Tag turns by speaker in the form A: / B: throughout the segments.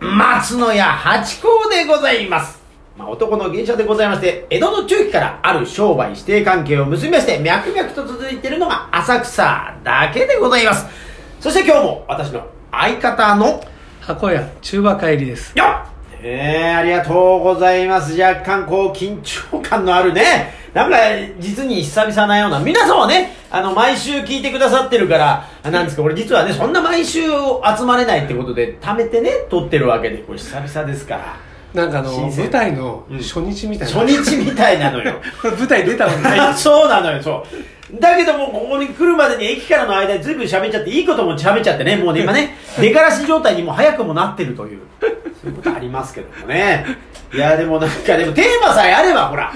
A: 松野屋八甲でございます。まあ、男の芸者でございまして、江戸の中期からある商売指定関係を結びまして、脈々と続いているのが浅草だけでございます。そして今日も私の相方の、
B: 箱屋中和帰りです
A: よっえー、ありがとうございます。若干こう、緊張感のあるね。なんか、実に久々なような。皆さんはね、あの、毎週聞いてくださってるから、あなんですか、俺実はね、そんな毎週集まれないってことで、貯めてね、撮ってるわけで、これ久々ですから。
B: なんかあの
A: 新鮮
B: 舞台の
A: うん
B: 初日みたい
A: 初
B: な、
A: 日みたいなのよ。
B: 舞台出たのない
A: あそうなのよ、そう。だけども、ここに来るまでに駅からの間にずいぶん喋っちゃって、いいことも喋っちゃってね、もうね、今ね、出がらし状態にもう早くもなってるという、そういうことありますけどもね。いや、でもなんか、でもテーマさえあれば、ほら、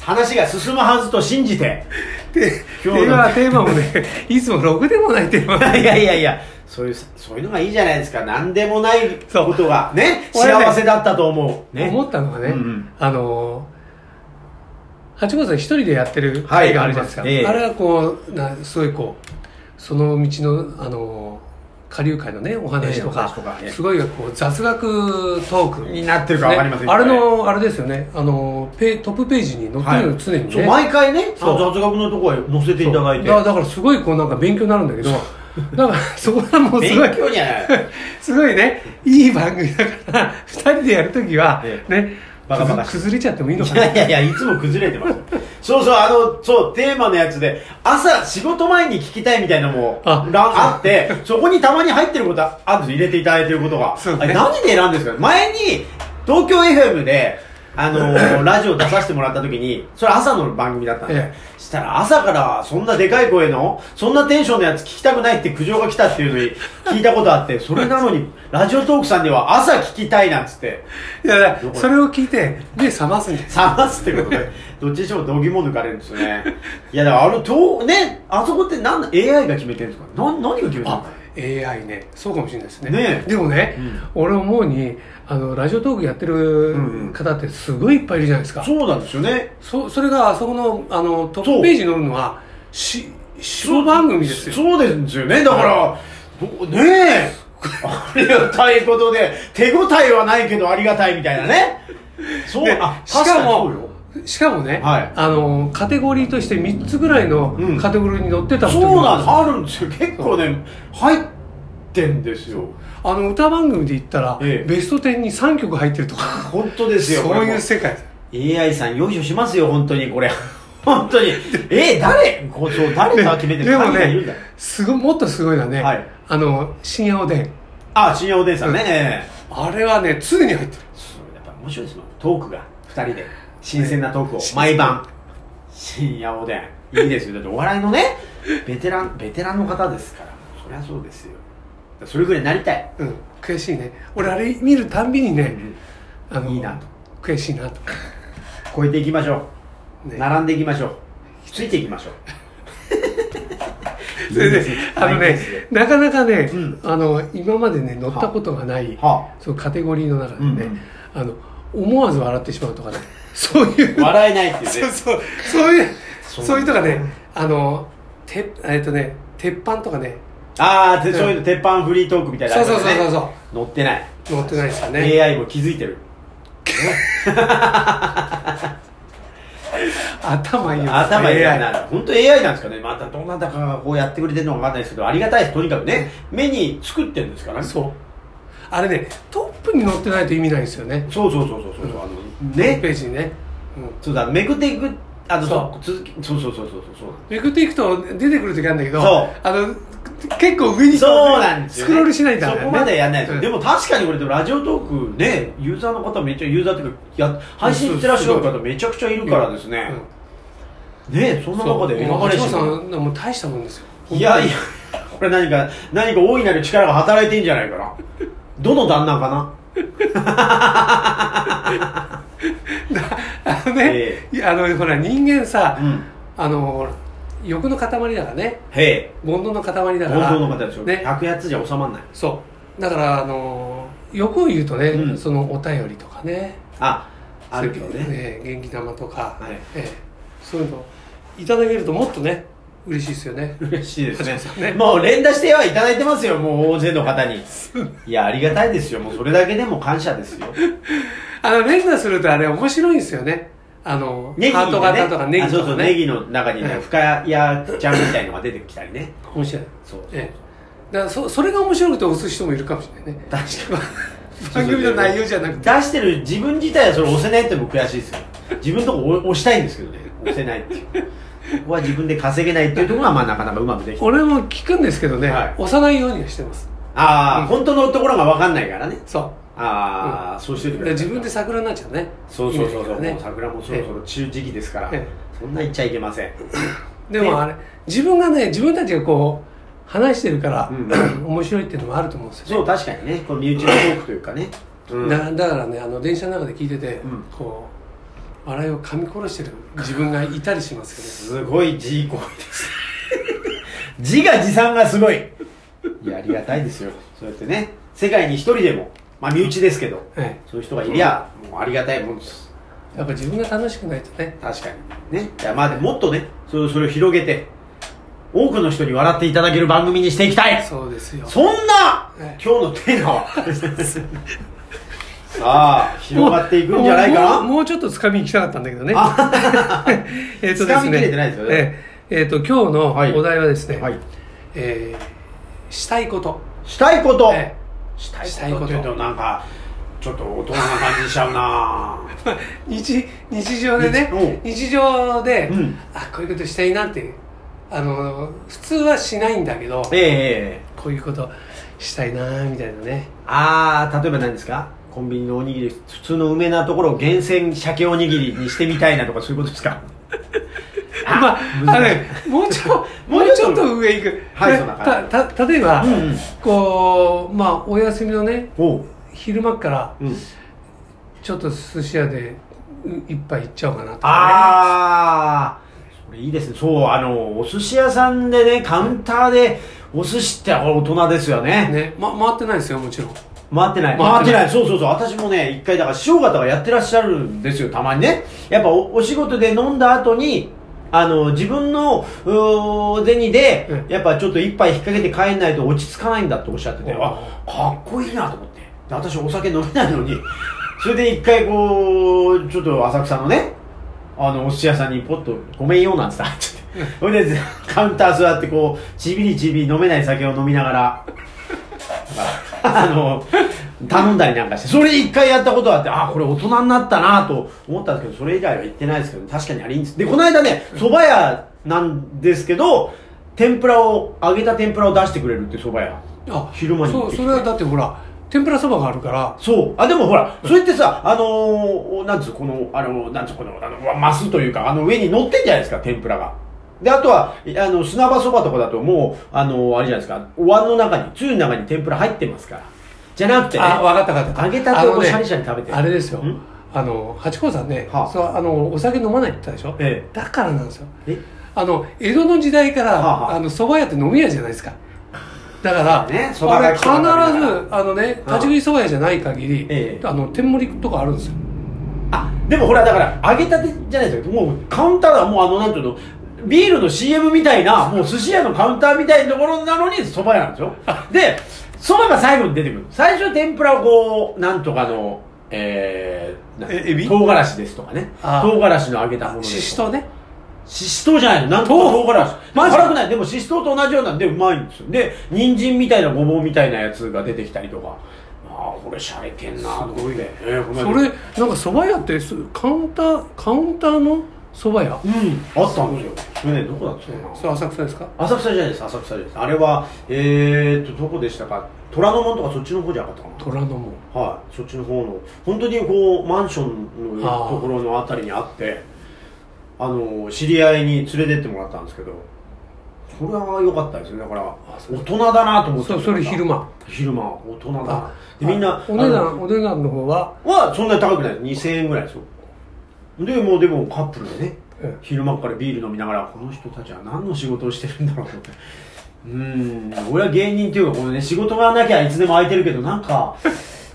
A: 話が進むはずと信じて。
B: でテ
A: 今日
B: ー
A: の
B: マテーマも ねいつもろくでもないテーマ
A: いやいやいや、そういう、そういうのがいいじゃないですか。なんでもないことが、ね、
B: そう俺ね
A: 幸せだったと思う。 ね。
B: 思ったのがね、
A: うんうん
B: あの八五さん一人でやってる会があるじゃないですか、
A: はいあります
B: あれはこうなすごいこうその道のあの下流会のねお話と
A: ええお
B: か
A: 話とかええ
B: すごいこう雑学トーク
A: になってるかわかりませんけど
B: ね、あれのあれですよねあのペトップページに載ってるの常にね、
A: そう毎回ね、あ
B: そう
A: の雑学のところへ載せていただいて。
B: だだからすごいこうなんか勉強になるん だけどなんかそこはもうすごい
A: 勉強にはならない。
B: すごいねいい番組だから2人でやるときは
A: ええ
B: ね、
A: バカバカしい
B: 崩れちゃってもいいの
A: い
B: かな
A: やいやいや、いつも崩れてます。そうそう、あの、そう、テーマのやつで、朝仕事前に聞きたいみたいなのも、
B: あ
A: 欄あって、そこにたまに入ってることあるんです入れていただいてることが。
B: そうね
A: あれ何で選んですか前に、東京 FM で、あの ーラジオ出させてもらった時に、それ朝の番組だったんで、
B: え
A: したら朝からそんなでかい声の、そんなテンションのやつ聞きたくないって苦情が来たっていうのに聞いたことあって、それなのに、ラジオトークさんでは朝聞きたいなんつって、
B: いやだからそれを聞いて目覚ますんです
A: 冷ますってことで、どっちにしても度肝抜かれるんですよね。いや、だからあの、とね、あそこってなんだ AI が決めてるんですかな何が決めてるんです
B: あ
A: か
B: AI ねそうかもしれないですね
A: ねえ
B: でもね、俺思うにあのラジオトークやってる
A: うんうん
B: 方ってすごいいっぱいいるじゃないですか、
A: そうなんですよね。
B: そそれがあそこのあのトップページに載るのはし小番組ですよ
A: そうですよね。だから、どねえ。ありがたいことで、手応えはないけどありがたいみたいなね。そう、あ、
B: しか
A: 確にそうよ
B: も、しかもね、
A: はい
B: あの、カテゴリーとして3つぐらいの
A: うん
B: カテゴリーに載ってたってい
A: そう
B: の
A: なんです。
B: が
A: あるんですよ。結構ね、入ってんですよ。
B: あの、歌番組で言ったら、
A: ええ
B: ベスト10に3曲入ってるとか、
A: 本当ですよ。こ
B: そ
A: れ
B: う
A: も
B: いう世界。
A: AI さん、よいしょしますよ、本当に、これ。 本当に。え、誰こそう、誰が決めてる
B: でも
A: 誰がいるんだ
B: ね、すごい、もっとすごいのはね、
A: はい
B: あの、深夜おでん。
A: あ、深夜おでんさんね。
B: あれはね、常に入ってる。
A: そうやっぱ面白いですもん。トークが、二人で。新鮮なトークを、毎晩。深夜おでん。いいですよ。だってお笑いのね、ベテラン、ベテランの方ですから。そりゃそうですよ。それぐらいなりたい。
B: うん、悔しいね。俺、あれ見るたんびにね、あの
A: いいなと
B: 悔しいなと。
A: 超えていきましょう。
B: ね
A: 並んでいきましょう。ついていきましょう。
B: それで、あの
A: いい
B: ね
A: ですよ、
B: なかなかね、
A: うん
B: あの、今までね、乗ったことがない、
A: は
B: そのカテゴリーの中でね、
A: うんうん
B: あの、思わず笑ってしまうとかね、 そういう、
A: あ、笑えないっていう
B: そう
A: ね。
B: そう、そういう、
A: そ
B: そうういうとかね、あの、て、えっとね、鉄板とかね、
A: ああ、てそういうの、鉄板フリートークみたいな
B: そ
A: や
B: う
A: つ
B: そ
A: ね。
B: うそうそうそ
A: 乗ってない。
B: う、乗ってないですよね。
A: AI も気づいてる。
B: 頭いいよ。
A: 頭いい
B: AI
A: な。本当 AI なんですかね。またどなたかがこうやってくれてるのかわかんないですけど、ありがたいです。とにかくね、目に作ってるんですからね。そう
B: そう。あれね、トップに乗ってないと意味ないですよね。
A: そうそうそうそうそう。あの
B: ね。
A: ね。
B: ページにね。うん。
A: そうだ、めくっていく、あの、
B: そ
A: そう続き、そうそうそうそうそう。
B: めくっていくと出てくる時あるんだけど、
A: そう
B: あの、結構上に
A: そうなんですよ、ね。
B: スクロールしないんだ
A: そこまでやんないです
B: う
A: よ。
B: ん
A: でも確かにこれでもラジオトークね、ユーザーの方めっちゃ、ユーザーっていうか、や配信してらっしゃる方めちゃくちゃいるからですね。ねそんな中で選ばれし
B: さん、もう大したもんですよ。
A: いやいや、 これ何か、何か大いなる力が働いてんじゃないかな。どの旦那かな
B: あのね、
A: え
B: いやあのほら人間さ、
A: うん
B: あの欲の塊だからね
A: へ
B: 煩悩の塊だ
A: え、
B: か
A: 本
B: ら
A: 当の方ですよ。
B: ね
A: 100やつじゃ収まんない。
B: そうだからあの欲を言うとね、
A: うん
B: そのお便りとかね
A: あ、あるけどね。
B: ええ元気玉とか、
A: はい
B: ええそういうのいただけるともっとね嬉しいですよね
A: 嬉しいですね
B: そうですね
A: もう連打してはいただいてますよもう大勢の方にいやありがたいですよもうそれだけでも感謝 ですよ
B: あの連打するとあれ面白いんですよねあの、
A: ネギ
B: ハート
A: のね
B: 型とかネギ
A: あそう
B: と
A: そ
B: か
A: うネ
B: ね
A: ギの中 にね
B: うん
A: 深谷ちゃんみたいのが出てきたりね
B: 面白い
A: そうそうそう
B: ええだからそそれが面白くて押す人もいるかもしれないね
A: 確かに
B: 番組の内容じゃなくて
A: 出してる自分自体はそれ押せないってのも悔しいですよ自分のとこ押押したいんですけどね押せないっていうここは自分で稼げないっていうところがまあなかなかうまくできて
B: 俺も聞くんですけどね、
A: はい
B: 押さないようにはしてます
A: ああ、
B: うん
A: 本当のところが分かんないからね
B: そ
A: ああ、そうして
B: う
A: てく
B: だから
A: れ
B: 自分で桜になっちゃうね
A: そうそうそう
B: イメー
A: そ
B: ジだ
A: う、
B: からね
A: もう桜もそろそろ中時期ですから、
B: え
A: そんな言っちゃいけません
B: でもあれ自分がね自分たちがこう話してるから、
A: うん
B: 面白いっていうのもあると思うんですよね
A: そう確かにねこの身内のトークというかね、うん、
B: だだからねあの電車の中で聞いてて、
A: うん
B: こう笑いを噛み殺してる自分がいたりします
A: すごい自行為です自画自賛がすごいいやありがたいですよそうやってね世界に一人でもまあ身内ですけど
B: よね、
A: そういう人がいりゃもうありがたいもんです
B: はい、やっぱ自分が楽しくないとね
A: 確かにねいやまあもっとねそれそれを広げて多くの人に笑っていただける番組にしていきたい
B: そうですよ
A: そんな
B: ええ
A: 今日のテーマはさあ広がっていくんじゃないか
B: もうもう
A: な
B: もうちょっとつかみに行きたかったんだけどね
A: あ
B: えっと
A: 掴みきれてないですよね
B: えっ、えーと今
A: は
B: 日
A: い
B: のお題はですね、
A: はい
B: えーしたいこと、
A: したいこと、
B: え
A: した
B: したいこと
A: って言うとなんかちょっと大人な感じしちゃうな
B: ー日日常でね
A: 日
B: 日常で、
A: うん
B: あこういうことしたいなってあの普通はしないんだけど
A: ええええ
B: こういうことしたいなーみたいなね
A: ああ例えば何ですかコンビニのおにぎり普通の梅なところを厳選鮭おにぎりにしてみたいなとかそういうことですか
B: まあ、あ
A: 難しい
B: れ、もうちょ、
A: も
B: も
A: う
B: う
A: ち
B: ち
A: ょ
B: ょ
A: っ
B: っ
A: と
B: と上行く。
A: はい
B: ね
A: そんな感
B: た、た、例えば、
A: うんうん
B: こう、まあ、お休みのね、
A: おう、
B: 昼間から、
A: うん、
B: ちょっと寿司屋で、う一杯行っちゃおうかなとか、
A: ああそれいいですねそうあのお寿司屋さんでねカウンターでお寿司ってこれ大人ですよね
B: ね。ね、ま、回ってないですよ、もちろん。
A: 回ってない回
B: 回
A: っ
B: ってて
A: な
B: ない
A: そうそうそう私もね一回だから師匠方がやってらっしゃるんですよたまにねやっぱおお仕事で飲んだ後にあの自分のうー銭で、
B: うん
A: やっぱちょっと一杯引っ掛けて帰んないと落ち着かないんだっておっしゃってて
B: おー
A: あかっこいいなと思ってで私お酒飲めないのに それで一回こうちょっと浅草のねあのお寿司屋さんにポッと「ごめんよ」なんつって入っちゃってそれで カウンター座ってこうちびりちびり飲めない酒を飲みながら あの、頼んだりなんかして、それ一回やったことあって、あ、これ大人になったなと思ったんですけど、それ以来は行ってないですけど、確かにあれいいんです。で、この間ね、蕎麦屋なんですけど、天ぷらを、揚げた天ぷらを出してくれるっていう蕎麦屋。
B: あ、
A: 昼間に行
B: そ
A: ってき
B: う、
A: て
B: それはだってほら、天ぷらそばがあるから、
A: そう。あ、でもほら、それってさ、あのー、なんつう、この、あの、なんつう、この、あの、マスというか、あの上に乗ってんじゃないですか、天ぷらが。で、あとは、いあの、砂場そばとかだともう、あのあれじゃないですか、お椀の中に、つゆの中に天ぷら入ってますから。じゃなくてね。
B: あ、わかったわかった。
A: 揚げた
B: あ
A: て
B: の
A: を
B: ね
A: シャリシャリ食べてる
B: あれですよ
A: ん。
B: あの、八甲さんね、
A: はあ
B: そうあの、お酒飲まないって言ったでしょ
A: ええ
B: だからなんですよ。
A: え
B: あの江戸の時代から、
A: はあはあ
B: あの蕎麦屋って飲み屋じゃないですかだから、
A: ね蕎
B: あ
A: 麦
B: れ
A: が来
B: 必
A: た
B: ず
A: ばかりだから
B: あのね立ち食い蕎麦屋じゃない限り、
A: ええ
B: あの天盛りとかあるんですよ
A: あでもほらだから揚げたてじゃないですかもうカウンターだもうあのなんていうのビールの CM みたいなもう寿司屋のカウンターみたいなところなのに蕎麦屋なんですよで蕎麦が最後に出てくる最初天ぷらをこうなんとかのえー、なん
B: えエビ
A: 唐辛子ですとかね
B: あ
A: 唐辛子の揚げたものです
B: ししとうね
A: ししとうじゃないのなんとか唐辛子
B: マジ
A: 辛くないでもししとうと同じようなんでうまいんですよで人参みたいなごぼうみたいなやつが出てきたりとかああこれしゃれてんなと思ってえーこの
B: そ
A: 間
B: れなんか蕎麦屋ってそうカウンターカウンターの蕎麦屋
A: うん、あったんですよ。それね、どこだった
B: それ浅草ですか
A: 浅草じゃないです、浅草じゃないです。あれは、えーっと、どこでしたか、虎ノ門とかそっちの方じゃなかったかな。
B: 虎ノ門
A: はい、そっちの方の、本当にこう、マンション
B: あ
A: の
B: ー
A: ところのあたりにあって、あの、知り合いに連れてってもらったんですけど、それは良かったですね。だから、大人だなと思って
B: そうそれ昼間
A: 昼間、大人だな
B: あ。
A: で、みんな、
B: お値
A: あの
B: 段お値段の方は
A: はそんなに高くない2000円ぐらいですよでもうでもカップルでね、
B: ええ
A: 昼間からビール飲みながらこの人たちは何の仕事をしてるんだろうと思ってうーん俺は芸人っていうかこのね仕事がなきゃいつでも空いてるけどなんか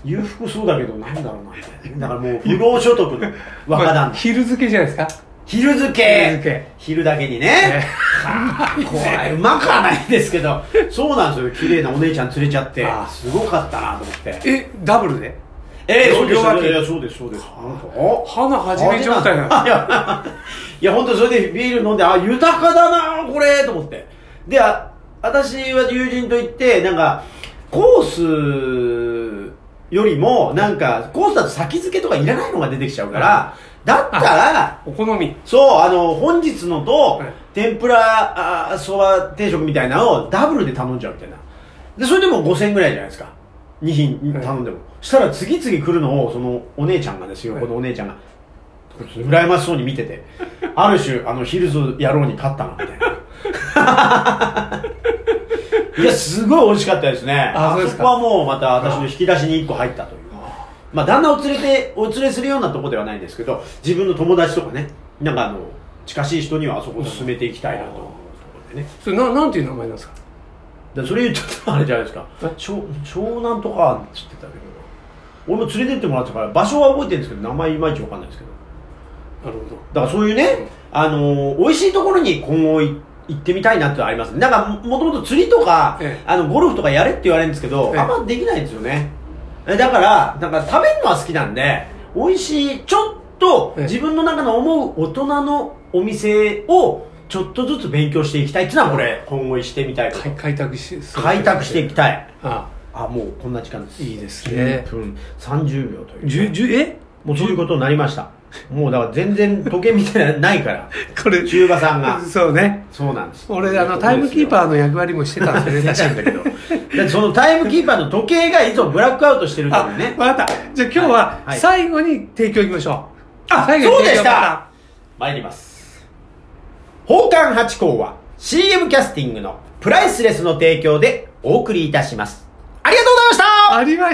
A: 裕福そうだけどなんだろうなみたいなねだからもう不労所得の若
B: まあ
A: 旦那
B: 昼漬けじゃないですか
A: 昼漬
B: 昼
A: け
B: 漬け
A: 昼だけにね
B: ね
A: はあ怖いうまくはないですけどそうなんですよ綺麗なお姉ちゃん連れちゃって
B: ああ
A: すごかったなと思って
B: えダブルで
A: ええそうです
B: 両脇
A: いやそうですそうですなんかお
B: 花始め状態なの
A: あいや いや本当それでビール飲んであ豊かだなこれと思ってであ私は友人と行ってなんかコースよりもなんかコースだと先付けとかいらないのが出てきちゃうから、だったら
B: お好み
A: そうあの本日のと、
B: はい
A: 天ぷらあそば定食みたいなのをダブルで頼んじゃうみたいなでそれでも5000円ぐらいじゃないですか2品
B: はい
A: 頼んでも、したら次々来るのをそのお姉ちゃんがですよ、
B: はい
A: このお姉ちゃんがこう羨ましそうに見ててある種あのヒルズ野郎に勝ったなみたいな いやすごい美味しかったですね
B: あ
A: あ
B: そうで
A: そ
B: すか
A: こはもうまた私の引き出しに1個入ったというまあ、旦那を連れて、お連れするようなとこではないんですけど、自分の友達とかね、なんかあの、近しい人にはあそこを進めていきたいなと思うところでね。
B: それななんていう名前なんですか
A: だそれ言っちゃったらあれじゃないですか
B: え。
A: 湘湘南とかって言ってたけど、俺も連れてってもらったから、場所は覚えてるんですけど、名前いまいちわかんないですけど。
B: なるほど
A: だからそういうね、あのー美味しいところに今後い行ってみたいなってのはありますね。なんかももともと釣りとか、
B: ええ
A: あのゴルフとかやれって言われるんですけど、
B: ええ
A: あんまできないんですよね。えだから、なんか食べるのは好きなんで、美味しい、ちょっと
B: ええ
A: 自分の中の思う大人のお店をちょっとずつ勉強していきたいっていうのはこれ、今後してみたいこと
B: 開開拓し
A: 開拓していきたい。
B: あ
A: あ、もうこんな時間です。
B: いいですね
A: 10分30秒という。
B: じゅじゅえ
A: もうそういうことになりました。もうだから全然時計見てないから。
B: これ
A: 中馬さんが
B: そうね
A: そうなんです。
B: 俺あのタイムキーパー
A: の。
B: の役割もしてたんですよ ね確かにだけど
A: だってそのタイムキーパーの時計がいつもブラックアウトしてると
B: あ、
A: いうね。
B: わかった。じゃあ今日
A: はいは
B: はい最後に提供いきましょう。
A: あ
B: 最後に
A: そうでし
B: 提供
A: た参ります。宝冠八甲は CM キャスティングのプライスレスの提供でお送りいたします。ありがとうございました
B: ありました